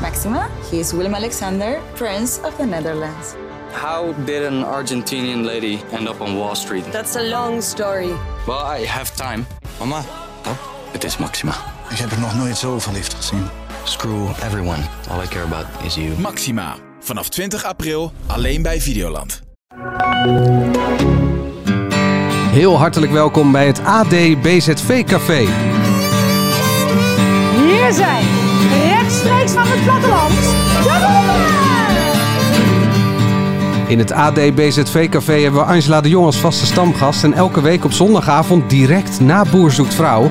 Maxima. He is Willem Alexander, Prince of the Netherlands. How did an Argentinian lady end up on Wall Street? That's a long story. Well, I have time. Mama, Het is Maxima. Ik heb er nog nooit zo verliefd gezien. Screw everyone. All I care about is you. Maxima. Vanaf 20 april alleen bij Videoland. Heel hartelijk welkom bij het AD BZV Café. Hier zijn, rechtstreeks van het platteland, de boeren! In het AD BZV Café hebben we Angela de Jong als vaste stamgast. En elke week op zondagavond, direct na Boer Zoekt Vrouw,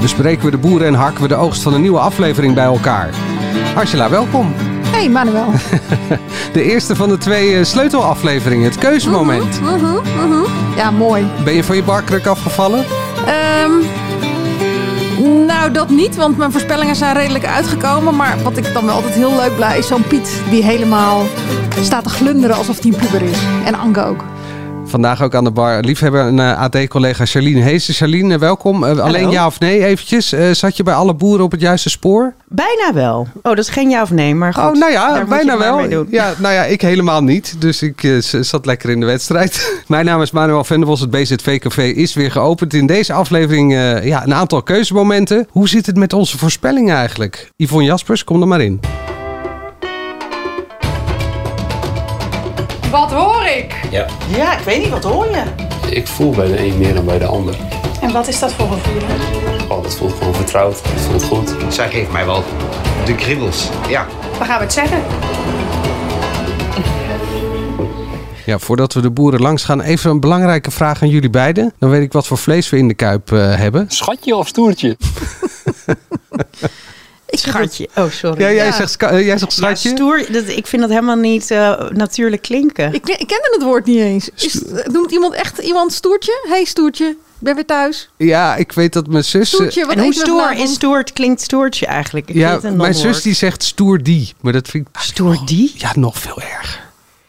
bespreken we de boeren en harken we de oogst van een nieuwe aflevering bij elkaar. Angela, welkom. Hey Manuel. De eerste van de twee eh, sleutelafleveringen, het keuzemoment. Woehoe, woehoe. Ja, mooi. Ben je van je barkruk afgevallen? Ehm, nou, dat niet, want mijn voorspellingen zijn redelijk uitgekomen. Maar wat ik dan wel altijd heel leuk blijf, is zo'n Piet die helemaal staat te glunderen alsof hij een puber is. En Anke ook. Vandaag ook aan de bar liefhebber en eh, AD-collega Charlene Heesen. Charlene, eh, welkom. Eh, alleen ja of nee eventjes. Eh, zat je bij alle boeren op het juiste spoor? Bijna wel. Oh, dat is geen ja of nee, maar goed. oh, nou daar ja, moet je bijna het maar wel. mee doen. Ja, nou ja, ik helemaal niet. Dus ik eh, z- zat lekker in de wedstrijd. Mijn naam is Manuel Venderbos. Het BZV-café is weer geopend. In deze aflevering eh, ja, een aantal keuzemomenten. Hoe zit het met onze voorspellingen eigenlijk? Yvonne Jaspers, kom er maar in. Wat hoor ik? Ja, ik weet niet, wat hoor je? Ik voel bij de een meer dan bij de ander. En wat is dat voor gevoel? Oh, dat voelt gewoon vertrouwd. Het voelt goed. Zij geeft mij wel de kriebels. Ja. Waar gaan we het zeggen? Ja, voordat we de boeren langs gaan, even een belangrijke vraag aan jullie beiden. Dan weet ik wat voor vlees we in de kuip eh, hebben. Schatje of stoertje? Schatje. Oh, sorry. Ja, jij, Ja. Zegt, ska- eh, jij zegt Ja, schatje. stoer, dat, ik vind dat helemaal niet eh, natuurlijk klinken. Ik, ik kende het woord niet eens. Is, noemt iemand echt iemand stoertje? hey, stoertje, ik ben weer thuis. Ja, ik weet dat mijn zus. eh, Stoertje, wat en hoe eten we stoer vanavond? is stoort, klinkt stoortje eigenlijk. Ik ja, vind het een mijn zus non-woord. die zegt stoer die. Maar dat vind ik. Stoer die? Ja, nog veel erger.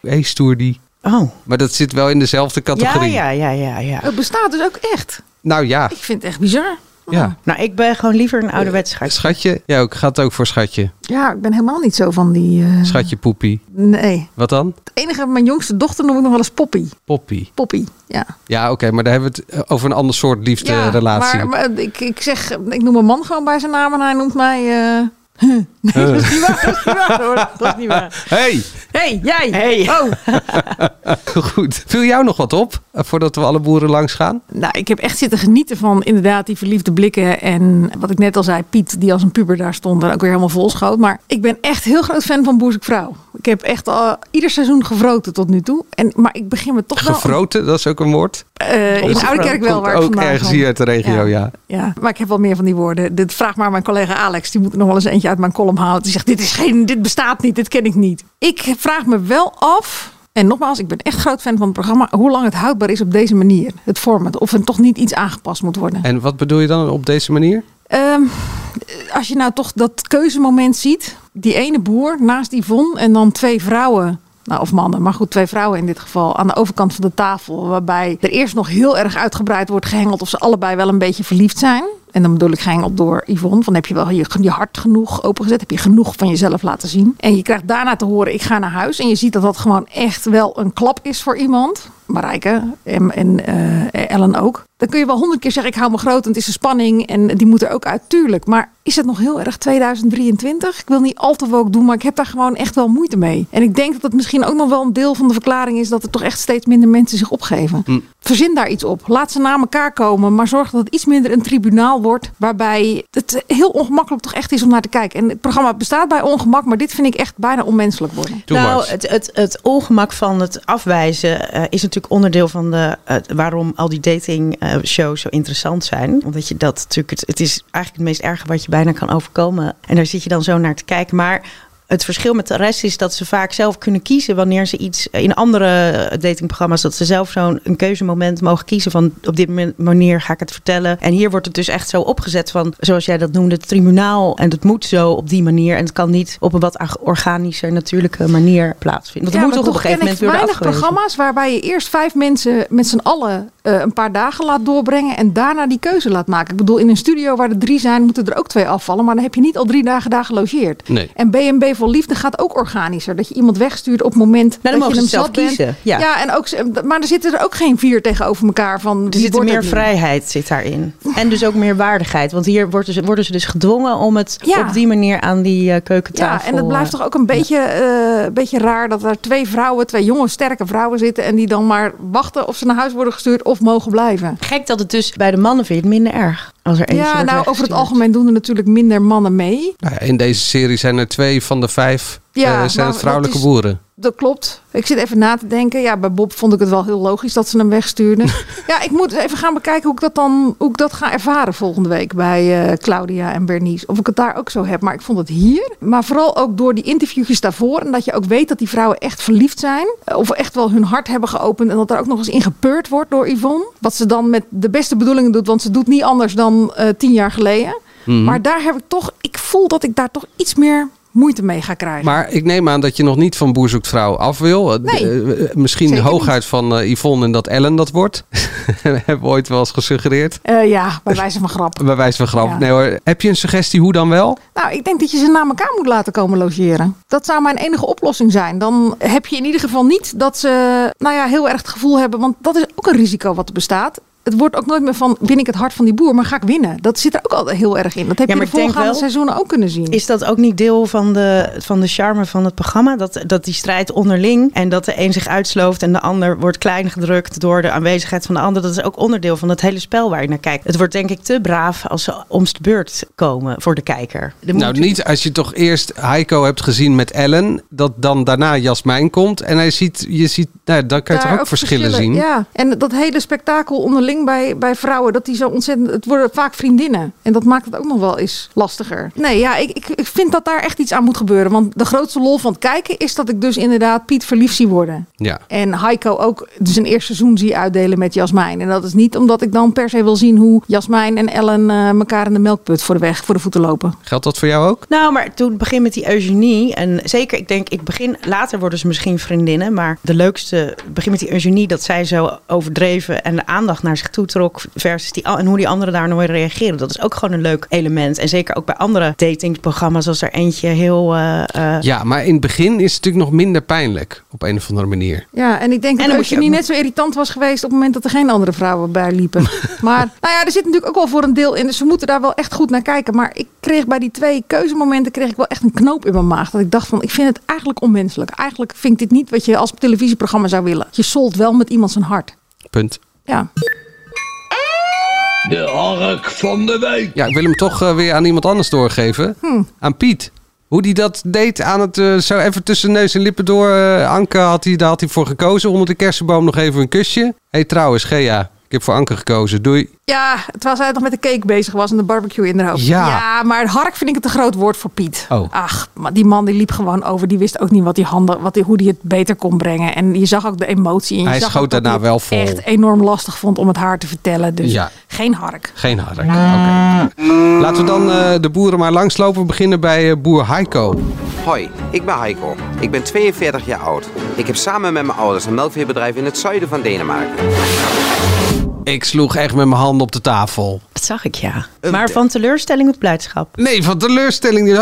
Hé, hey, stoer die. Oh. Maar dat zit wel in dezelfde Ja, categorie. ja, ja, ja, ja. Het bestaat dus ook echt. Nou ja. Ik vind het echt bizar. ja. Nou, ik ben gewoon liever een ouderwets schatje. Schatje? Ja, ik ga het ook voor schatje. Ja, ik ben helemaal niet zo van die... eh, Schatje poepie. Nee. Wat dan? Het enige, mijn jongste dochter noem ik nog wel eens Poppy. Poppie. Poppy, ja. Ja, oké, maar daar hebben we het eh, over een ander soort ja, liefde-relatie. Maar, maar eh, ik, ik zeg, ik noem mijn man gewoon bij zijn naam en hij noemt mij... eh, Nee, dat is niet waar, dat is niet waar hoor. Dat is niet waar. Hey, hey, jij. Hey. Oh. goed. Viel jou nog wat op eh, voordat we alle boeren langs gaan? Nou, ik heb echt zitten genieten van inderdaad die verliefde blikken. En wat ik net al zei, Piet, die als een puber daar stond en ook weer helemaal vol schoot. Maar ik ben echt heel groot fan van Boer Zoekt Vrouw. Ik heb echt al ieder seizoen gevroten tot nu toe. En, maar ik begin me toch wel... Gefroten, dat is ook een woord. eh in Opgevroten Oudekerk wel, waar ik Komt ook vandaan ergens kom. hier uit de regio, ja. Ja, maar ik heb wel meer van die woorden. Dit vraag maar mijn collega Alex. Die moet er nog wel eens eentje uit mijn column halen. Die zegt, dit, is geen, dit bestaat niet, dit ken ik niet. Ik vraag me wel af... En nogmaals, ik ben echt groot fan van het programma. Hoe lang het houdbaar is op deze manier. Het format. Of er toch niet iets aangepast moet worden. En wat bedoel je dan op deze manier? Ehm, als je nou toch dat keuzemoment ziet. Die ene boer naast Yvonne en dan twee vrouwen. Nou, of mannen, maar goed, twee vrouwen in dit geval. Aan de overkant van de tafel. Waarbij er eerst nog heel erg uitgebreid wordt gehengeld of ze allebei wel een beetje verliefd zijn. En dan bedoel ik gehengeld door Yvonne. Van heb je wel je, je hart genoeg opengezet? Heb je genoeg van jezelf laten zien? En je krijgt daarna te horen, ik ga naar huis. En je ziet dat dat gewoon echt wel een klap is voor iemand. Marijke en, en eh, Ellen ook. Dan kun je wel honderd keer zeggen, ik hou me groot en het is een spanning en die moet er ook uit, tuurlijk. Maar is het nog heel erg 2023? Ik wil niet al te woke doen, maar ik heb daar gewoon echt wel moeite mee. En ik denk dat het misschien ook nog wel een deel van de verklaring is dat er toch echt steeds minder mensen zich opgeven. Verzin daar iets op. Laat ze na elkaar komen, maar zorg dat het iets minder een tribunaal wordt waarbij het heel ongemakkelijk toch echt is om naar te kijken. En het programma bestaat bij ongemak, maar dit vind ik echt bijna onmenselijk worden. Too nou, much. het, het, het ongemak van het afwijzen eh, is natuurlijk onderdeel van de, eh, waarom al die dating eh, shows zo interessant zijn. Omdat je dat natuurlijk, het, het is eigenlijk het meest erge wat je bijna kan overkomen. En daar zit je dan zo naar te kijken. Maar het verschil met de rest is dat ze vaak zelf kunnen kiezen wanneer ze iets in andere eh, datingprogramma's, dat ze zelf zo'n een keuzemoment mogen kiezen van op dit moment- manier ga ik het vertellen. En hier wordt het dus echt zo opgezet van, zoals jij dat noemde, het tribunaal. En dat moet zo op die manier. En het kan niet op een wat ag- organischer, natuurlijke manier plaatsvinden. Want er Ja, moet maar toch op een gegeven moment ken ik worden afgewezen. weinig programma's waarbij je eerst vijf mensen met z'n allen eh, een paar dagen laat doorbrengen en daarna die keuze laat maken. Ik bedoel, in een studio waar er drie zijn, moeten er ook twee afvallen. Maar dan heb je niet al drie dagen daar gelogeerd. Nee. En BNB voor Liefde gaat ook organischer. Dat je iemand wegstuurt op het moment Nou, dan dat mogen je ze hem zelf zat bent. kiezen, ja. en ook, ze- maar er zitten er ook geen vier tegenover elkaar van. Er die zit wordt het meer nu. vrijheid zit daarin. En dus ook meer waardigheid. Want hier worden ze, worden ze dus gedwongen om het Ja. op die manier aan die eh, keukentafel... Ja, en het blijft eh, toch ook een beetje, eh, een beetje raar dat er twee vrouwen, twee jonge sterke vrouwen zitten en die dan maar wachten of ze naar huis worden gestuurd of mogen blijven. Gek dat het dus bij de mannen vind je het minder erg. Als er eentje ja, wordt nou over het weggestuurd. algemeen doen er natuurlijk minder mannen mee. Nou ja, in deze serie zijn er twee van de vijf Ja, eh, maar zijn het dat vrouwelijke is- boeren. Dat klopt. Ik zit even na te denken. Ja, bij Bob vond ik het wel heel logisch dat ze hem wegstuurden. ja, ik moet even gaan bekijken hoe ik dat dan hoe ik dat ga ervaren volgende week bij eh, Claudia en Bernice. Of ik het daar ook zo heb. Maar ik vond het hier. Maar vooral ook door die interviewjes daarvoor. En dat je ook weet dat die vrouwen echt verliefd zijn. eh, Of echt wel hun hart hebben geopend. En dat er ook nog eens in gepeurd wordt door Yvonne. Wat ze dan met de beste bedoelingen doet. Want ze doet niet anders dan eh, tien jaar geleden. Maar daar heb ik toch. Ik voel dat ik daar toch iets meer moeite mee ga krijgen. Maar ik neem aan dat je nog niet van Boer zoekt vrouw af wil. Eh, Nee, eh, eh, misschien zeker hooguit van eh, Yvonne en dat Ellen dat wordt. Hebben we ooit wel eens gesuggereerd. Eh, ja, bij wijze van grap. Bij wijze van grap. Ja. Nee hoor. Heb je een suggestie hoe dan wel? Nou, ik denk dat je ze na elkaar moet laten komen logeren. Dat zou mijn enige oplossing zijn. Dan heb je in ieder geval niet dat ze nou ja, heel erg het gevoel hebben. Want dat is ook een risico wat er bestaat. Het wordt ook nooit meer van win ik het hart van die boer, maar ga ik winnen. Dat zit er ook al heel erg in. Dat heb Ja, je maar ik de denk voorgaande wel- seizoenen ook kunnen zien. Is dat ook niet deel van de, van de charme van het programma? Dat, dat die strijd onderling en dat de een zich uitslooft en de ander wordt klein gedrukt door de aanwezigheid van de ander. Dat is ook onderdeel van het hele spel waar je naar kijkt. Het wordt denk ik te braaf als ze omst de beurt komen voor de kijker. Er moet- Nou, niet als je toch eerst Heiko hebt gezien met Ellen. Dat dan daarna Jasmijn komt. En hij ziet, je ziet, nou, ja, dan kan je toch daar ook, verschillen, zien. Ja, en dat hele spektakel onderling bij, bij vrouwen, dat die zo ontzettend. Het worden vaak vriendinnen. En dat maakt het ook nog wel eens lastiger. Nee, ja, ik, ik, ik vind dat daar echt iets aan moet gebeuren. Want de grootste lol van het kijken is dat ik dus inderdaad Piet verliefd zie worden. Ja. En Heiko ook zijn eerste seizoen zie uitdelen met Jasmijn. En dat is niet omdat ik dan per se wil zien hoe Jasmijn en Ellen eh, elkaar in de melkput voor de weg, voor de voeten lopen. Geldt dat voor jou ook? Nou, maar toen het begin met die Eugenie. En zeker, ik denk, ik begin, later worden ze misschien vriendinnen. Maar de leukste, het begin met die Eugenie, dat zij zo overdreven en de aandacht naar zich toe trok. Versus die, en hoe die anderen daar nooit reageren. Dat is ook gewoon een leuk element. En zeker ook bij andere datingsprogramma's, als er eentje heel. eh, eh, Ja, maar in het begin is het natuurlijk nog minder pijnlijk. Op een of andere manier. Ja, en ik denk En dat dan moet je Eugenie ook- net zo irritant was geweest op het moment dat er geen andere vrouwen bij liepen. maar nou ja, er zit natuurlijk ook wel voor een deel in. Dus we moeten daar wel echt goed naar kijken. Maar ik kreeg bij die twee keuzemomenten kreeg ik wel echt een knoop in mijn maag. Dat ik dacht van, ik vind het eigenlijk onmenselijk. Eigenlijk vind ik dit niet wat je als televisieprogramma zou willen. Je solt wel met iemand zijn hart. Punt. Ja. Ja, ik wil hem toch eh, weer aan iemand anders doorgeven. Aan Piet. Hoe die dat deed aan het, eh, zo even tussen neus en lippen door. eh, Anke had hij, daar had hij voor gekozen. Onder de kersenboom nog even een kusje. Hé hey, trouwens, Gea, ik heb voor Anke gekozen. Doei. Ja, terwijl zij nog met de cake bezig was en de barbecue in haar hoofd. Ja. maar hark vind ik het een groot woord voor Piet. Oh. Ach, maar die man die liep gewoon over. Die wist ook niet wat die handen, wat die, hoe die het beter kon brengen. En je zag ook de emotie. En je Hij zag ook schoot dat daarna hij het wel vol. echt enorm lastig vond om het haar te vertellen. Dus Ja. geen hark. Geen hark. Oké. Laten we dan eh, de boeren maar langslopen. We beginnen bij eh, boer Heiko. Hoi, ik ben Heiko. Ik ben 42 jaar oud. Ik heb samen met mijn ouders een melkveebedrijf in het zuiden van Denemarken. Ik sloeg echt met mijn handen op de tafel. dat zag ik ja. Maar van teleurstelling tot blijdschap. Nee, van teleurstelling.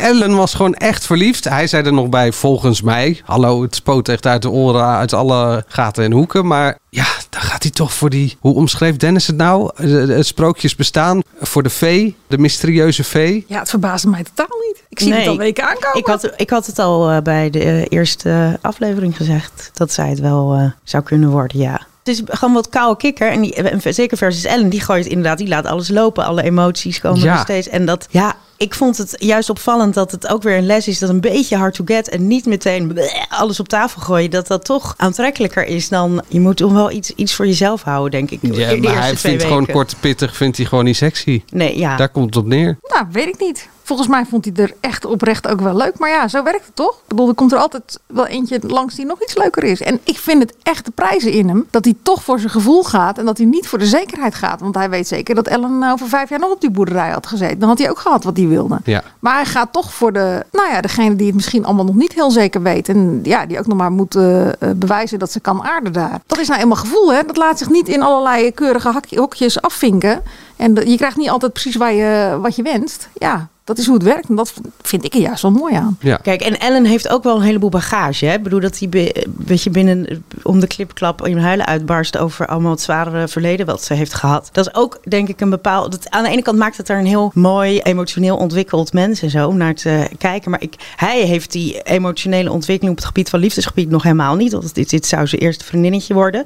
Ellen was gewoon echt verliefd. Hij zei er nog bij, volgens mij. Hallo, het spoot echt uit de oren, uit alle gaten en hoeken. Maar ja, dan gaat hij toch voor die... Hoe omschreef Dennis het nou? Eh, Het sprookjes bestaan voor de vee, de mysterieuze vee. Ja, het verbaasde mij totaal niet. Ik zie Nee. het al weken aankomen. Ik had, ik had het al eh, bij de eh, eerste aflevering gezegd dat zij het wel eh, zou kunnen worden, ja. Het is gewoon wat koude kikker. En die, en zeker versus Ellen, die gooit inderdaad, die laat alles lopen. Alle emoties komen Ja. er steeds. En dat, ja, ik vond het juist opvallend dat het ook weer een les is dat een beetje hard to get en niet meteen bleh, alles op tafel gooien. Dat dat toch aantrekkelijker is dan, je moet toch wel iets, iets voor jezelf houden, denk ik. de Ja, eerste maar hij twee vindt gewoon weken. kort pittig, vindt hij gewoon niet sexy. Nee, ja. Daar komt het op neer. Nou, weet ik niet. Volgens mij vond hij er echt oprecht ook wel leuk. Maar ja, zo werkt het toch? Ik bedoel, er komt er altijd wel eentje langs die nog iets leuker is. En ik vind het echt de prijzen in hem. Dat hij toch voor zijn gevoel gaat en dat hij niet voor de zekerheid gaat. Want hij weet zeker dat Ellen over vijf jaar nog op die boerderij had gezeten. Dan had hij ook gehad wat hij wilde. Ja. Maar hij gaat toch voor de, nou ja, degene die het misschien allemaal nog niet heel zeker weet. En ja, die ook nog maar moet eh, eh, bewijzen dat ze kan aarden daar. Dat is nou eenmaal gevoel, hè? Dat laat zich niet in allerlei keurige hak- hokjes afvinken. En dat- je krijgt niet altijd precies waar je, wat je wenst. Ja, dat is hoe het werkt. En dat vind ik er juist wel mooi aan. Ja. Kijk, en Ellen heeft ook wel een heleboel bagage. Hè? Ik bedoel dat hij be- weet je, binnen om de klipklap in huilen uitbarst over allemaal het zware verleden wat ze heeft gehad. Dat is ook denk ik een bepaald. Dat, aan de ene kant maakt het haar een heel mooi, emotioneel ontwikkeld mens en zo om naar te kijken. Maar ik, hij heeft die emotionele ontwikkeling op het gebied van liefdesgebied nog helemaal niet. Want dit, dit zou zijn eerste vriendinnetje worden.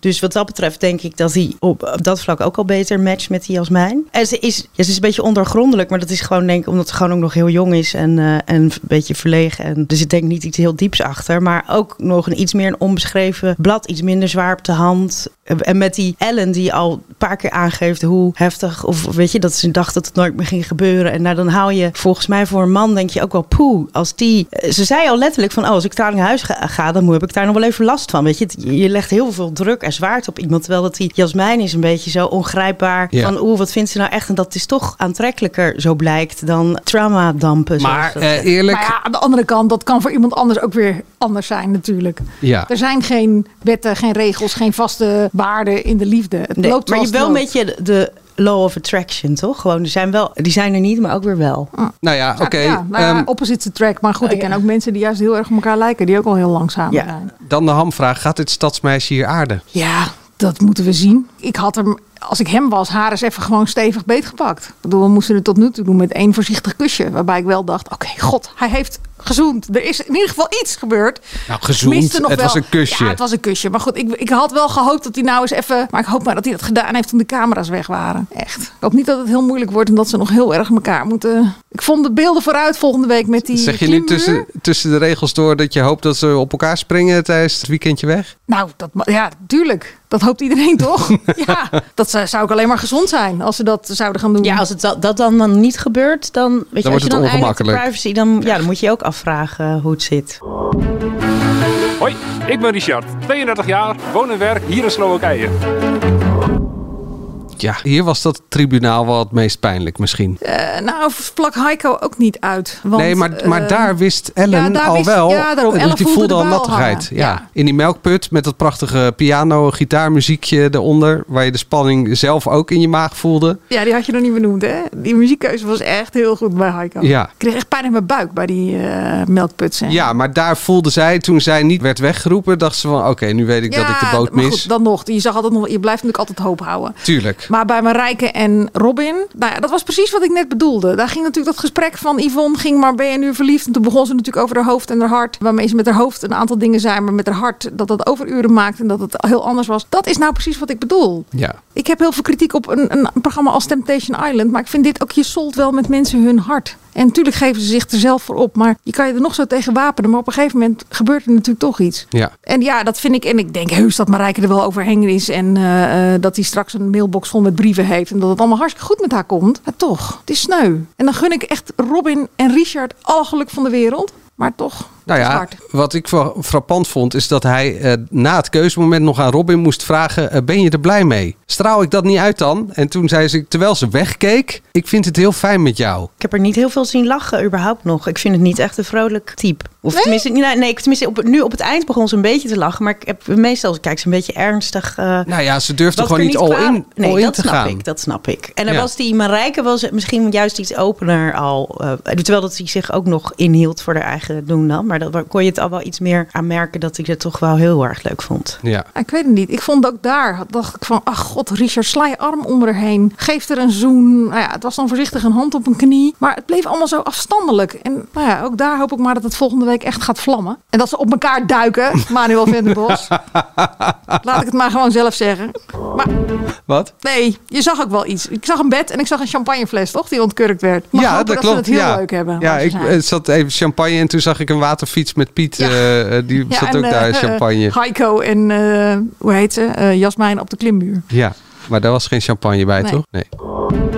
Dus wat dat betreft denk ik dat hij op, op dat vlak ook al beter matcht met die Jasmijn. En ze is, ja, ze is een beetje ondergrondelijk, maar dat is gewoon denk ik omdat ze gewoon ook nog heel jong is en, eh, en een beetje verlegen. En, dus ik denk niet iets heel dieps achter, maar ook nog een iets meer een onbeschreven blad, iets minder zwaar op de hand. En met die Ellen die al een paar keer aangeeft hoe heftig, of weet je, dat ze dacht dat het nooit meer ging gebeuren. En nou, dan hou je volgens mij voor een man denk je ook wel poeh, als die, eh, ze zei al letterlijk van, oh, als ik daar naar huis ga, ga, dan moet- heb ik daar nog wel even last van. Weet je, Het- je legt heel veel druk en zwaard op iemand, terwijl dat die Jasmijn is een beetje zo ongrijpbaar Ja. van, oeh, wat vindt ze nou echt? En dat is toch aantrekkelijker, zo blijkt, dan trauma dampen. zoals Maar dat- eh, eerlijk, Maar ja, aan de andere kant, dat kan voor iemand anders ook weer anders zijn natuurlijk. Ja. Er zijn geen wetten, geen regels, geen vaste waarden in de liefde. Het Nee, loopt maar je zoals hebt wel een het loopt. beetje de- de law of attraction, toch? Gewoon, die zijn, wel, die zijn er niet, maar ook weer wel. Mm. nou ja, oké. ja, nou ja, ehm, opposites attract. Maar goed, ik ja. ken ook mensen die juist heel erg op elkaar lijken. Die ook al heel langzaam Ja. zijn. dan de hamvraag. Gaat dit stadsmeisje hier aarden? Ja, dat moeten we zien. Ik had hem, als ik hem was, haar eens even gewoon stevig beetgepakt. Ik bedoel, we moesten het tot nu toe doen met één voorzichtig kusje. Waarbij ik wel dacht, oké, god, hij heeft gezoend. Er is in ieder geval iets gebeurd. Nou, gezoend. Miste nog Het wel- was een kusje. Ja, het was een kusje. Maar goed, ik, ik had wel gehoopt dat hij nou eens even... Maar ik hoop maar dat hij dat gedaan heeft toen de camera's weg waren. Echt. Ik hoop niet dat het heel moeilijk wordt en dat ze nog heel erg elkaar moeten... Ik vond de beelden vooruit volgende week met die Zeg je nu klimmuur. tussen, tussen de regels door dat je hoopt dat ze op elkaar springen tijdens het weekendje weg? Nou, dat, ma- ja, tuurlijk. Dat hoopt iedereen toch? ja, dat zou, zou ik alleen maar gezond zijn als ze dat zouden gaan doen. Ja, als het dat, dat dan, dan niet gebeurt, dan, weet je, wordt als je het dan eigenlijk de ongemakkelijk. privacy, dan, ja, dan moet je je ook afvragen hoe het zit. Hoi, ik ben Richard, 32 jaar, woon en werk hier in Slowakije. Ja, hier was dat tribunaal wel het meest pijnlijk misschien. Eh, nou, vlak Heiko ook niet uit. Want, nee, maar, maar eh, daar wist Ellen ja, daar al wist- wel. ja, daarom. dus Ellen die voelde voelde de al bui al nattigheid. hangen. Ja. Ja. In die melkput met dat prachtige piano-gitaarmuziekje eronder. Waar je de spanning zelf ook in je maag voelde. Ja, die had je nog niet benoemd, hè? Die muziekkeuze was echt heel goed bij Heiko. Ja. Ik kreeg echt pijn in mijn buik bij die eh, melkputsen. Ja, maar daar voelde zij, toen zij niet werd weggeroepen, dacht ze van... Oké, nu weet ik dat ik de boot maar mis. goed, dan nog. Je, zag altijd nog. je blijft natuurlijk altijd hoop houden. Tuurlijk. Maar bij Marijke en Robin, nou ja, dat was precies wat ik net bedoelde. Daar ging natuurlijk dat gesprek van Yvonne, ging maar ben je nu verliefd? En toen begon ze natuurlijk over haar hoofd en haar hart. Waarmee ze met haar hoofd een aantal dingen zijn, maar met haar hart dat dat overuren maakt en dat het heel anders was. Dat is nou precies wat ik bedoel. Ja. Ik heb heel veel kritiek op een, een programma als Temptation Island. Maar ik vind dit ook, je solt wel met mensen hun hart. En natuurlijk geven ze zich er zelf voor op. Maar je kan je er nog zo tegen wapenen. Maar op een gegeven moment gebeurt er natuurlijk toch iets. Ja. En ja, dat vind ik. En ik denk heus dat Marijke er wel overheen is. En eh, eh, dat hij straks een mailbox vol met brieven heeft. En dat het allemaal hartstikke goed met haar komt. Maar toch, het is sneu. En dan gun ik echt Robin en Richard alle geluk van de wereld. Maar toch, Nou het is ja, hard. wat ik fra- frappant vond is dat hij eh, na het keuzemoment nog aan Robin moest vragen: eh, Ben je er blij mee? Straal ik dat niet uit dan? En toen zei ze, terwijl ze wegkeek: Ik vind het heel fijn met jou. Ik heb er niet heel veel zien lachen, überhaupt nog. Ik vind het niet echt een vrolijk type. Of tenminste, nou, nee, ik- tenminste op, het- nu op het eind begon ze een beetje te lachen. Maar ik heb meestal, kijk, ze een beetje ernstig. eh, Nou ja, ze durfde wat gewoon ik niet er all kwaad- in, nee, all in dat te snap gaan. Ik, dat snap ik. En dan Ja. was die Marijke was misschien juist iets opener al. eh, terwijl dat hij zich ook nog inhield voor haar eigen doen dan. Maar dan kon je het al wel iets meer aan merken dat ik het toch wel heel erg leuk vond. Ja. Ik weet het niet. Ik vond ook daar, dacht ik van, ach god, Richard, sla je arm om haar heen. Geef er een zoen. Nou ja, het was dan voorzichtig een hand op een knie. Maar het bleef allemaal zo afstandelijk. En nou ja, ook daar hoop ik maar dat het volgende week echt gaat vlammen. En dat ze op elkaar duiken, Manuel Venderbos. Laat ik het maar gewoon zelf zeggen. Maar Wat? nee, je zag ook wel iets. Ik zag een bed en ik zag een champagnefles, toch? Die ontkurkt werd. Ik Mag ja, hopen dat, ze het heel ja. leuk Ja, hebben. waar ze ik zijn. eh, zat even champagne en toen zag ik een waterfiets met Piet. Ja. eh, eh, die Ja, zat en, ook daar in eh, champagne. eh, Heiko en, eh, hoe heet ze? Eh, Jasmijn op de klimmuur. ja, maar daar was geen champagne bij, Nee. toch? Nee. Hoi,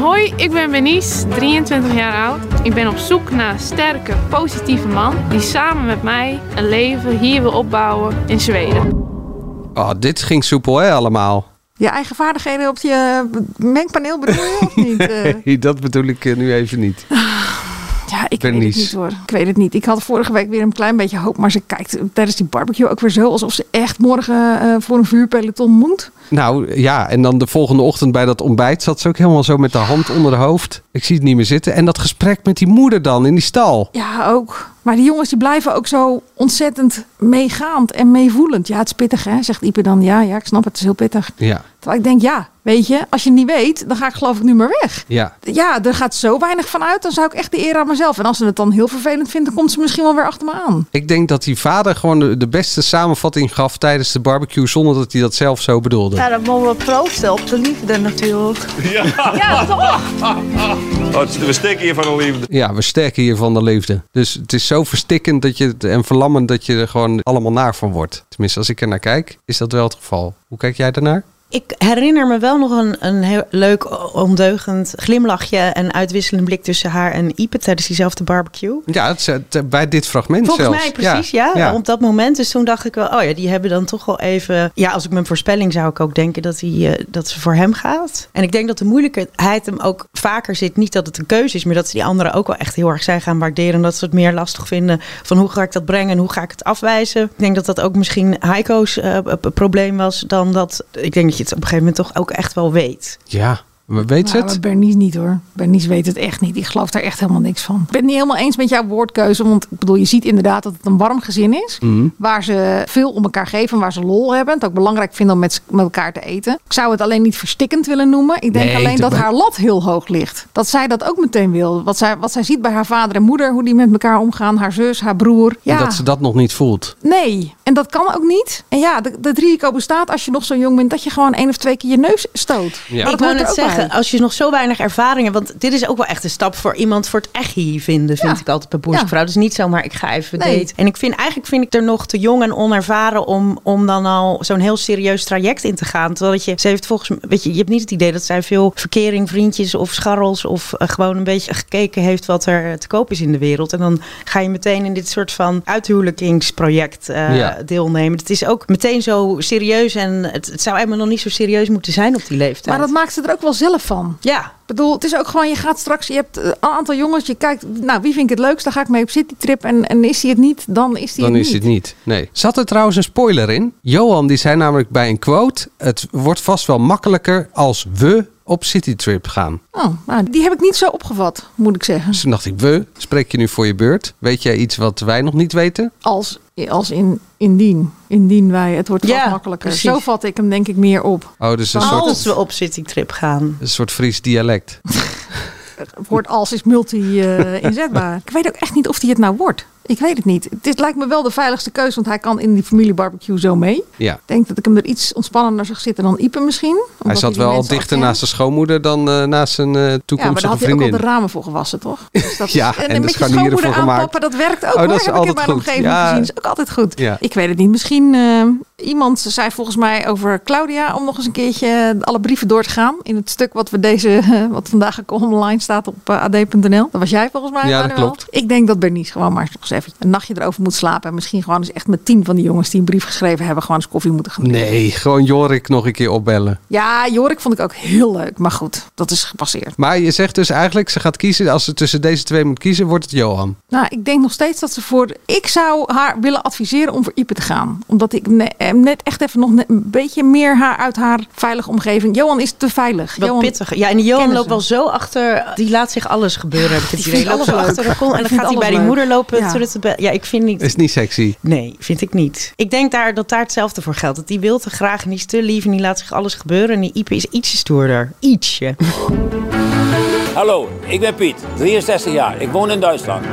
Hoi, ik ben Bernice, 23 jaar oud. Ik ben op zoek naar een sterke, positieve man die samen met mij een leven hier wil opbouwen in Zweden. Oh, dit ging soepel, hè, allemaal. Je eigen vaardigheden op je mengpaneel bedoel je of niet? Eh, Nee, dat bedoel ik eh, nu even niet. ja, ik weet het Bernice. niet hoor. Ik weet het niet. Ik had vorige week weer een klein beetje hoop, maar ze kijkt tijdens die barbecue ook weer zo alsof ze echt morgen eh, voor een vuurpeloton moet. Nou ja, en dan de volgende ochtend bij dat ontbijt zat ze ook helemaal zo met de hand onder haar hoofd. Ik zie het niet meer zitten. En dat gesprek met die moeder dan in die stal. Ja, ook. Maar die jongens die blijven ook zo ontzettend meegaand en meevoelend. Ja, het is pittig hè, zegt Ipe dan. Ja, ja, ik snap het, het is heel pittig. Ja, Terwijl ik denk, ja, weet je, als je het niet weet, dan ga ik geloof ik nu maar weg. ja. Ja, er gaat zo weinig van uit, dan zou ik echt de eer aan mezelf. En als ze het dan heel vervelend vindt, dan komt ze misschien wel weer achter me aan. Ik denk dat die vader gewoon de, de beste samenvatting gaf tijdens de barbecue zonder dat hij dat zelf zo bedoelde. Ja, dan mogen we proosten op de liefde natuurlijk. Ja, toch? We steken hier van een liefde. Ja, we sterken hier van de liefde. Dus het is zo verstikkend dat je, en verlammend dat je er gewoon allemaal naar van wordt. Tenminste, als ik er naar kijk, is dat wel het geval. Hoe kijk jij daarnaar? Ik herinner me wel nog een, een heel leuk, ondeugend glimlachje en uitwisselende blik tussen haar en Ipe tijdens diezelfde barbecue. Ja, het is, het- eh, bij dit fragment Volgens zelfs. mij precies, ja, Op dat moment. Dus toen dacht ik wel, oh ja, die hebben dan toch wel even... Ja, als ik mijn voorspelling zou ik ook denken dat, hij, eh, dat ze voor hem gaat. En ik denk dat de moeilijkheid hem ook vaker zit. Niet dat het een keuze is, maar dat ze die anderen ook wel echt heel erg zijn gaan waarderen. En dat ze het meer lastig vinden van hoe ga ik dat brengen en hoe ga ik het afwijzen. Ik denk dat dat ook misschien Heiko's eh, p- probleem was dan dat... Ik denk dat je het op een gegeven moment toch ook echt wel weet. Ja, maar weet ze Nou, het? maar Bernice niet hoor. Bernice weet het echt niet. Die gelooft daar echt helemaal niks van. Ik ben het niet helemaal eens met jouw woordkeuze. Want ik bedoel, je ziet inderdaad dat het een warm gezin is. Mhm. Waar ze veel om elkaar geven. Waar ze lol hebben. Het ook belangrijk vinden om met, z'n- met elkaar te eten. Ik zou het alleen niet verstikkend willen noemen. Ik denk Nee, alleen dat dat haar lat heel hoog ligt. Dat zij dat ook meteen wil. Wat zij, wat zij ziet bij haar vader en moeder. Hoe die met elkaar omgaan. Haar zus, haar broer. Ja. Omdat ze dat nog niet voelt. Nee, en dat kan ook niet. En ja, dat dat risico bestaat als je nog zo jong bent dat je gewoon één of twee keer je neus stoot. Ja. Dat Ik wou hoort er net ook bij. zeggen, als je nog zo weinig ervaring hebt... want dit is ook wel echt een stap voor iemand voor het echt hier vinden... vind ik altijd bij boerstvrouw. Dus niet zomaar ik ga even Nee. date. En ik vind, eigenlijk vind ik er nog te jong en onervaren... om, om dan al zo'n heel serieus traject in te gaan. Terwijl dat je, ze heeft volgens m- weet je, je hebt niet het idee dat zij veel verkering, vriendjes of scharrels... of eh, gewoon een beetje gekeken heeft wat er eh, te koop is in de wereld. En dan ga je meteen in dit soort van uithuwelijkingsproject eh, Ja. deelnemen. Het is ook meteen zo serieus en het, het zou helemaal nog niet zo serieus moeten zijn op die leeftijd. Maar dat maakt ze er ook wel zelf van. Ja. Ik bedoel, het is ook gewoon, je gaat straks, je hebt eh, een aantal jongens, je kijkt, nou, wie vind ik het leukst, dan ga ik mee op citytrip. En, en is hij het niet, dan is hij Dan het is niet. het niet. Nee. Zat er trouwens een spoiler in? Johan die zei namelijk bij een quote: Het wordt vast wel makkelijker als we op citytrip gaan. Oh, nou, die heb ik niet zo opgevat, moet ik zeggen. Dus toen dacht ik: We, spreek je nu voor je beurt? Weet jij iets wat wij nog niet weten? Als, als in, indien. Indien wij, het wordt Ja, wat makkelijker. precies. Zo vat ik hem denk ik meer op. Oh, dus een Als soort, we op citytrip gaan. een soort Fries dialect. Het woord als is multi-inzetbaar. ik weet ook echt niet of hij het nou wordt. Ik weet het niet. Dit lijkt me wel de veiligste keuze, want hij kan in die familiebarbecue zo mee. Ja. Ik denk dat ik hem er iets ontspannender zag zitten dan Ipe misschien. omdat Hij zat die wel al mensen dichter al kent. naast zijn schoonmoeder dan eh, naast zijn eh, Ja, maar daar toekomstige had hij ook al vriendin. de ramen voor gewassen, toch? Dus dat Ja, en de met je scharnieren schoonmoeder voor gemaakt. aanpappen, dat werkt ook Oh, hoor. dat is Heb ik in altijd mijn goed. omgeving Ja. gezien. is ook altijd goed. Ja. Ik weet het niet. Misschien eh, iemand zei volgens mij over Claudia... om nog eens een keertje alle brieven door te gaan. In het stuk wat, we deze, eh, wat vandaag ook online staat op eh, ad.nl. Dat was jij volgens mij, Ja, dat Manuel. klopt. Ik denk dat Bernice gewoon maar nog eens even een nachtje erover moet slapen. En misschien gewoon eens echt met tien van die jongens... die een brief geschreven hebben, gewoon eens koffie moeten gaan drinken. Nee, gewoon Jorik nog een keer opbellen. Ja, Jorik vond ik ook heel leuk. Maar goed, dat is gepasseerd. Maar je zegt dus eigenlijk, ze gaat kiezen. Als ze tussen deze twee moet kiezen, wordt het Johan. Nou, ik denk nog steeds dat ze voor. Ik zou haar willen adviseren om voor Ipe te gaan. Omdat ik ne- eh, net echt even nog ne- een beetje meer haar uit haar veilige omgeving. Johan is te veilig. Wat Johan, pittig. Ja, en die Johan kennen loopt ze. wel zo achter. Die laat zich alles gebeuren, heb ik het Die idee. vindt Loopt zo alles leuk. achter de kon. En Die dan vindt gaat hij bij alles die moeder leuk. lopen. Ja. Ja. het be- ja, ik vind niet. Is niet sexy. Nee, vind ik niet. Ik denk daar, dat daar hetzelfde voor geldt. Dat die wil te graag en die is te lief en die laat zich alles gebeuren. En die Ipe is ietsje stoerder. Ietsje. Hallo, ik ben Piet, 63 jaar. Ik woon in Duitsland.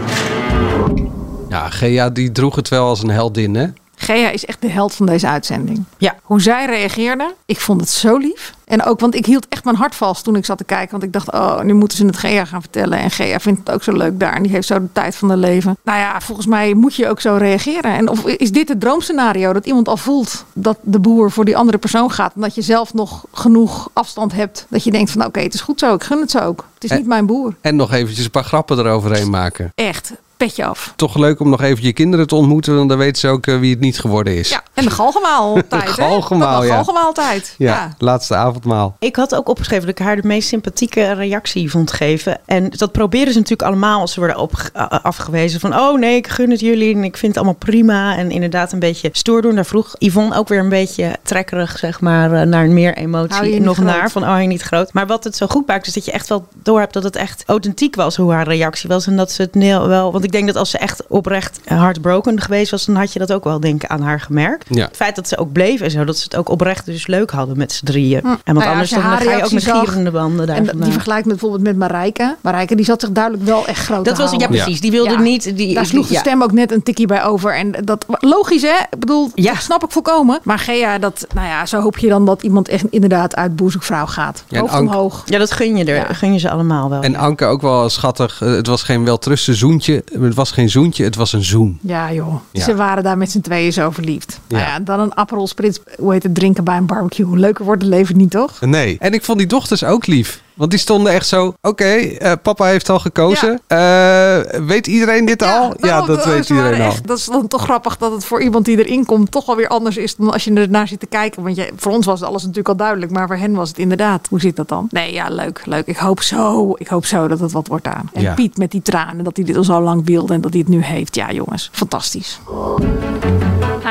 Ja, Gea die droeg het wel als een heldin, hè? Gea is echt de held van deze uitzending. Ja. Hoe zij reageerde, ik vond het zo lief. En ook, want ik hield echt mijn hart vast toen ik zat te kijken. Want ik dacht, oh, nu moeten ze het Gea gaan vertellen. En Gea vindt het ook zo leuk daar. En die heeft zo de tijd van haar leven. Nou ja, volgens mij moet je ook zo reageren. En of is dit het droomscenario? Dat iemand al voelt dat de boer voor die andere persoon gaat. En dat je zelf nog genoeg afstand hebt. Dat je denkt van, oké, het is goed zo. Ik gun het ze ook. Het is En- niet mijn boer. En nog eventjes een paar grappen eroverheen maken. Echt, petje af. Toch leuk om nog even je kinderen te ontmoeten, want dan weten ze ook eh, wie het niet geworden is. Ja, en de galgemaal tijd. hè? galgenmaal, Dat ja. galgenmaal tijd. Ja, ja. laatste avondmaal. Ik had ook opgeschreven dat ik haar de meest sympathieke reactie vond geven. En dat proberen ze natuurlijk allemaal als ze worden opge- a- a- afgewezen. Van, oh nee, ik gun het jullie en ik vind het allemaal prima. En inderdaad een beetje stoer doen. Daar vroeg Yvonne ook weer een beetje trekkerig, zeg maar, eh, naar meer emotie. Hou je niet nog groot. naar, van oh, je niet groot. Maar wat het zo goed maakt, is dat je echt wel doorhebt dat het echt authentiek was. Hoe haar reactie was. En dat ze het neel- wel... Want ik denk dat als ze echt oprecht eh, heartbroken geweest was, dan had je dat ook wel, denk ik, aan haar gemerkt. Ja. Het feit dat ze ook bleef en zo. Dat ze het ook oprecht dus leuk hadden met z'n drieën. Hm. En want Nou ja, anders als dan haar ga je ook reactie met zag- gierende banden daar En dat- vandaan. die vergelijkt met bijvoorbeeld met Marijke. Marijke die zat zich duidelijk wel echt groot Dat te was- ja, houden. precies. Die wilde niet- die- daar sloeg de ja. stem ook net een tikkie bij over. En dat logisch hè? Ik bedoel, dat snap ik volkomen. Maar Gea, dat, nou ja, zo hoop je dan dat iemand echt inderdaad uit boezekvrouw gaat. Ja, en Hoofd Ank- omhoog. Ja, dat gun je, er, gun je ze allemaal wel. En Anke ook wel schattig. Eh, Het was geen weltrusten zoentje. Het was geen zoentje, het was een zoen. Ja joh, Ja. ze waren daar met z'n tweeën zo verliefd. Nou Ja. ja, dan een Aperol Spritz, hoe heet het, drinken bij een barbecue. Leuker wordt het leven niet toch? Nee. En ik vond die dochters ook lief. Want die stonden echt zo, oké, eh, papa heeft al gekozen. Eh, weet iedereen dit al? Ja, Oh, dat de- weet ze waren iedereen al. echt- dat is dan toch grappig dat het voor iemand die erin komt toch wel weer anders is dan als je ernaar zit te kijken. Want je, voor ons was alles natuurlijk al duidelijk, maar voor hen was het inderdaad. Hoe zit dat dan? Nee, ja, leuk, leuk. Ik hoop zo, ik hoop zo dat het wat wordt aan. En Ja. Piet met die tranen, dat hij dit al zo lang wilde en dat hij het nu heeft. Ja, jongens, fantastisch.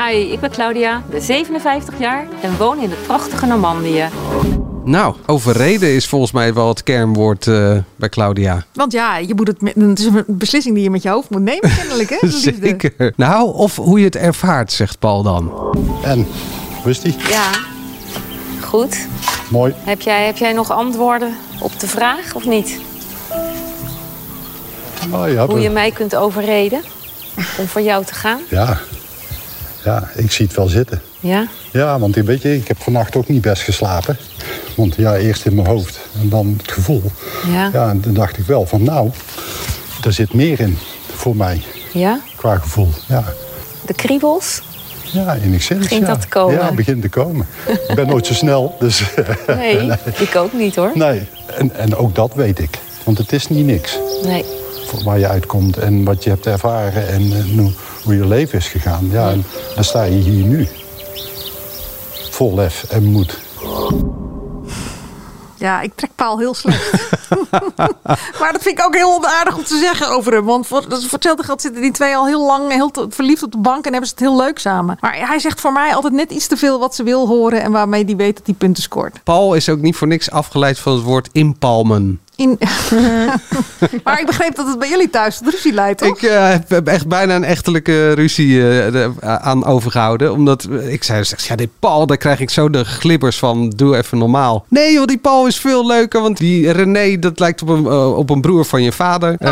Hi, ik ben Claudia, ben 57 jaar en woon in het prachtige Normandië. Nou, overreden is volgens mij wel het kernwoord eh, bij Claudia. Want ja, je moet het, met, het is een beslissing die je met je hoofd moet nemen kennelijk. Hè? de liefde. Zeker. Nou, of hoe je het ervaart, zegt Paul dan. En, wist hij? Ja, goed. Mooi. Heb jij, heb jij nog antwoorden op de vraag of niet? Oh, ja, Hoe je mij kunt overreden om voor jou te gaan? ja. ja, ik zie het wel zitten. Ja? Ja, want een beetje, ik heb vannacht ook niet best geslapen. Want ja, eerst in mijn hoofd en dan het gevoel. Ja. Ja, en toen dacht ik wel van nou, er zit meer in voor mij Ja? qua gevoel. Ja, De kriebels? ja in ikzelf. Begint ja. dat te komen? Ja, het begint te komen. ik ben nooit zo snel, dus... Nee, ik ook niet hoor. nee, en, en ook dat weet ik. Want het is niet niks. Nee. voor waar je uitkomt en wat je hebt ervaren en eh, hoe, hoe je leven is gegaan. Ja, en dan sta je hier nu. Vol lef en moed. Ja, ik trek Paul heel slecht. maar dat vind ik ook heel onaardig om te zeggen over hem. Want voor, dat is voor hetzelfde geld zitten die twee al heel lang heel te- verliefd op de bank en hebben ze het heel leuk samen. Maar hij zegt voor mij altijd net iets te veel wat ze wil horen en waarmee die weet dat hij punten scoort. Paul is ook niet voor niks afgeleid van het woord inpalmen. In... maar ik begreep dat het bij jullie thuis tot ruzie leidt, toch? Ik eh, heb- heb echt bijna een echtelijke ruzie eh, de- aan overgehouden. Omdat eh, ik zei straks, ja, dit Paul, daar krijg ik zo de glibbers van. Doe even normaal. Nee, want die Paul is veel leuker. Want die René, dat lijkt op een, eh, op een broer van je vader. Eh,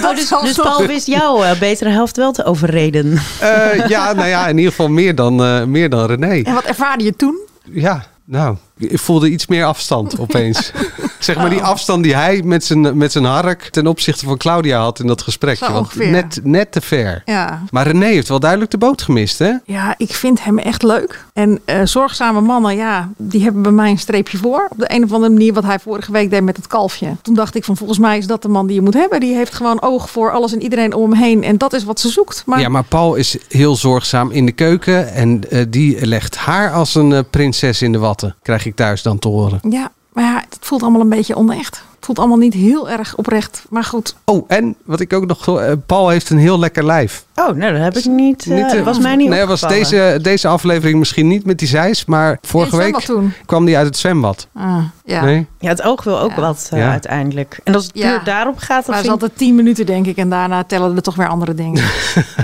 Oh, dus, dus Paul wist jouw eh, betere helft wel te overreden. eh, ja, nou ja, in ieder geval meer dan, eh, meer dan René. En wat ervaarde je toen? Ja, nou, ik voelde iets meer afstand opeens. zeg maar Oh. die afstand die hij met zijn, met zijn hark ten opzichte van Claudia had in dat gesprekje. Zo want ongeveer. net, net te ver. Ja. Maar René heeft wel duidelijk de boot gemist, hè? Ja, ik vind hem echt leuk. En eh, zorgzame mannen, ja, die hebben bij mij een streepje voor. Op de een of andere manier wat hij vorige week deed met het kalfje. Toen dacht ik van, volgens mij is dat de man die je moet hebben. Die heeft gewoon oog voor alles en iedereen om hem heen. En dat is wat ze zoekt. Maar, Ja, maar Paul is heel zorgzaam in de keuken. En eh, die legt haar als een eh, prinses in de watten. Krijg ik thuis dan te horen. ja, maar ja, het voelt allemaal een beetje onecht. Het voelt allemaal niet heel erg oprecht. Maar goed, Oh, en wat ik ook nog. zo- eh, Paul heeft een heel lekker lijf. Oh, nou, dat heb ik niet. eh, eh, was mij niet Nee, was opgevallen. deze, deze aflevering misschien niet met die zeis. Maar vorige het week zwembad toen. kwam die uit het zwembad. eh, ja. Nee? Ja, het oog wil ook wat eh, Ja. uiteindelijk. En als het puur daarop gaat, dan Maar het is vind ik- altijd tien minuten, denk ik. En daarna tellen er toch weer andere dingen.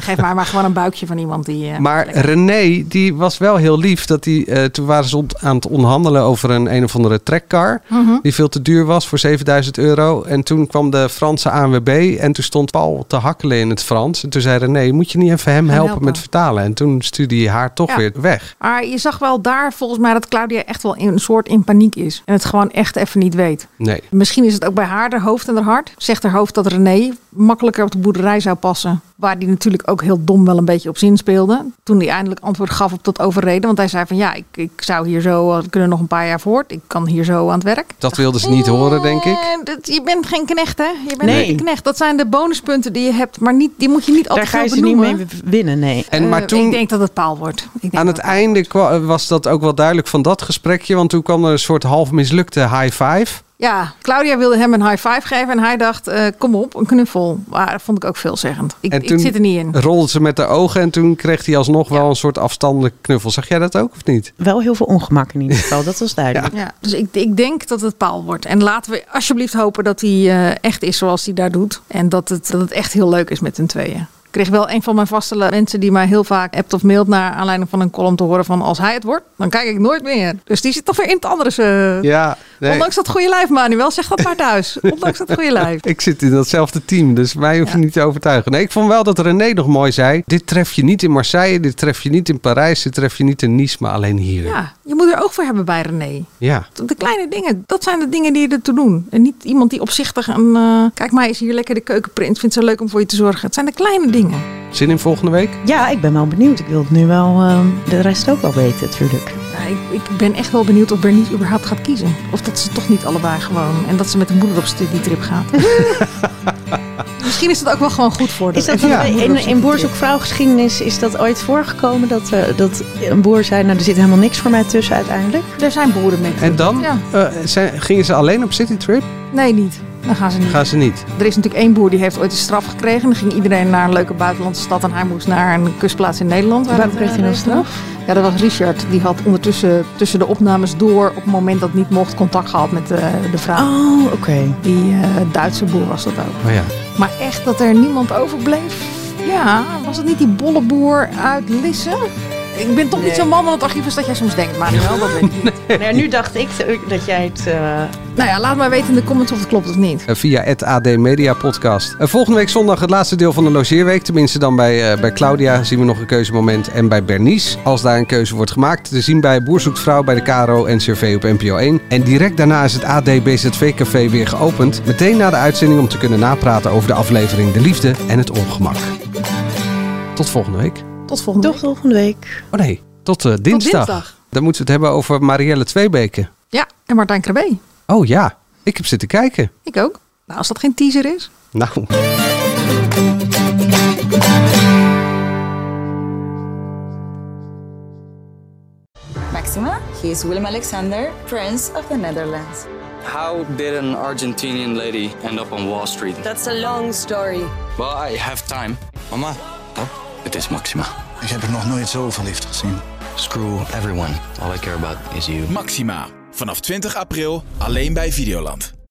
Geef mij maar gewoon een buikje van iemand die... eh, Maar René, die was wel heel lief. Dat die, eh, toen waren ze ont- aan het onderhandelen over een een of andere trekkar. Mhm. Die veel te duur was voor 7000 euro. En toen kwam de Franse ANWB. En toen stond Paul te hakkelen in het Frans. En toen zei René, hey, moet je niet even hem Hem helpen, helpen. met vertalen? En toen stuurde hij haar toch Ja. weer weg. Maar je zag wel daar volgens mij dat Claudia echt wel in, een soort in paniek is. En het gewoon echt even niet weet. Nee. Misschien is het ook bij haar haar hoofd en haar hart. Zegt haar hoofd dat René makkelijker op de boerderij zou passen. Waar die natuurlijk ook heel dom wel een beetje op zin speelde. Toen hij eindelijk antwoord gaf op dat overreden. Want hij zei van ja, ik, ik zou hier zo eh, kunnen nog een paar jaar voort. Ik kan hier zo aan het werk. Dat wilden ze niet horen, denk ik. Eh, dat- je bent geen knecht, hè? Je bent Nee. geen knecht. Dat zijn de bonuspunten die je hebt, maar niet, die moet je niet altijd ga je veel ze niet benoemen. mee winnen, nee. En maar Eh, toen- Ik denk dat het paal wordt. Ik denk Aan het einde kwa- was dat ook wel duidelijk van dat gesprekje. Want toen kwam er een soort half mislukte high five. Ja, Claudia wilde hem een high five geven en hij dacht, eh, kom op, een knuffel. Maar dat vond ik ook veelzeggend. Ik, en ik zit er niet in. rolde ze met de ogen en toen kreeg hij alsnog wel een soort afstandelijk knuffel. Zag jij dat ook of niet? Wel heel veel ongemak in ieder geval, dat was duidelijk. Ja, dus ik, ik denk dat het paal wordt. En laten we alsjeblieft hopen dat hij eh, echt is zoals hij daar doet. En dat het, dat het echt heel leuk is met hun tweeën. Ik kreeg wel een van mijn vaste la- mensen die mij heel vaak appt of mailt naar aanleiding van een column te horen van als hij het wordt, dan kijk ik nooit meer. Dus die zit toch weer in het andere. eh, Ja, nee. Ondanks dat goede lijf, Manuel, zeg dat maar thuis. Ondanks dat goede lijf. Ik zit in datzelfde team, dus mij hoef je niet te overtuigen. Nee, ik vond wel dat René nog mooi zei. Dit tref je niet in Marseille, dit tref je niet in Parijs, dit tref je niet in Nice, maar alleen hier. Ja, je moet er oog voor hebben bij René. Ja. De kleine dingen, dat zijn de dingen die je er toe doen. En niet iemand die opzichtig en eh, kijk mij is hier lekker de keukenprint, vindt het zo leuk om voor je te zorgen. Het zijn de kleine dingen. Zin in volgende week? Ja, ik ben wel benieuwd. Ik wil het nu wel ehm, de rest ook wel weten, natuurlijk. Ja, ik, ik ben echt wel benieuwd of Bernice überhaupt gaat kiezen. Of dat ze toch niet allebei gewoon. En dat ze met de moeder op studietrip gaat. Misschien is dat ook wel gewoon goed voor haar. Is dat Even met dan- de moeder in, op in Boer studietrip. zoekt vrouwgeschiedenis is dat ooit voorgekomen? Dat, eh, dat een boer zei, nou er zit helemaal niks voor mij tussen uiteindelijk. Er zijn boeren met. En dan? Ja. Eh, zijn, gingen ze alleen op citytrip? Nee, niet. Dan gaan ze niet. Gaan ze niet. Er is natuurlijk één boer die heeft ooit een straf gekregen. Dan ging iedereen naar een leuke buitenlandse stad en hij moest naar een kustplaats in Nederland. Waarom kreeg hij nou straf? Ja, dat was Richard. Die had ondertussen tussen de opnames door, op het moment dat het niet mocht, contact gehad met eh, de vrouw. Oh, oké. Die eh, Duitse boer was dat ook. Oh ja. Maar echt dat er niemand overbleef? Ja, was het niet die bolle boer uit Lisse? Ik ben toch niet zo'n man van het archief als dat jij soms denkt, Manuel. Dat weet ik niet. Nou ja, nu dacht ik eh, dat jij het... eh, Nou ja, laat maar weten in de comments of het klopt of niet. Eh, Via het AD Media Podcast. Eh, Volgende week zondag het laatste deel van de logeerweek. Tenminste dan bij, eh, bij Claudia zien we nog een keuzemoment. En bij Bernice, als daar een keuze wordt gemaakt. Te zien bij Boer Zoekt Vrouw bij de KRO en CV op NPO 1. En direct daarna is het AD BZV Café weer geopend. Meteen na de uitzending om te kunnen napraten over de aflevering De Liefde en het Ongemak. Tot volgende week. Tot volgende Tot volgende week. Oh nee, tot eh, dinsdag. dinsdag. Dan moeten we het hebben over Marielle Tweebeke. Ja, en Martijn Krabbe. Oh ja, ik heb zitten kijken. Ik ook. Nou, als dat geen teaser is. Nou. Maxima, he is Willem Alexander, Prince of the Netherlands. How did an Argentinian lady end up on Wall Street? That's a long story. Well, I have time. Mama, oh, it is Maxima. Ik heb er nog nooit zo verliefd gezien. Screw everyone. All I care about is you. Maxima, vanaf 20 april alleen bij Videoland.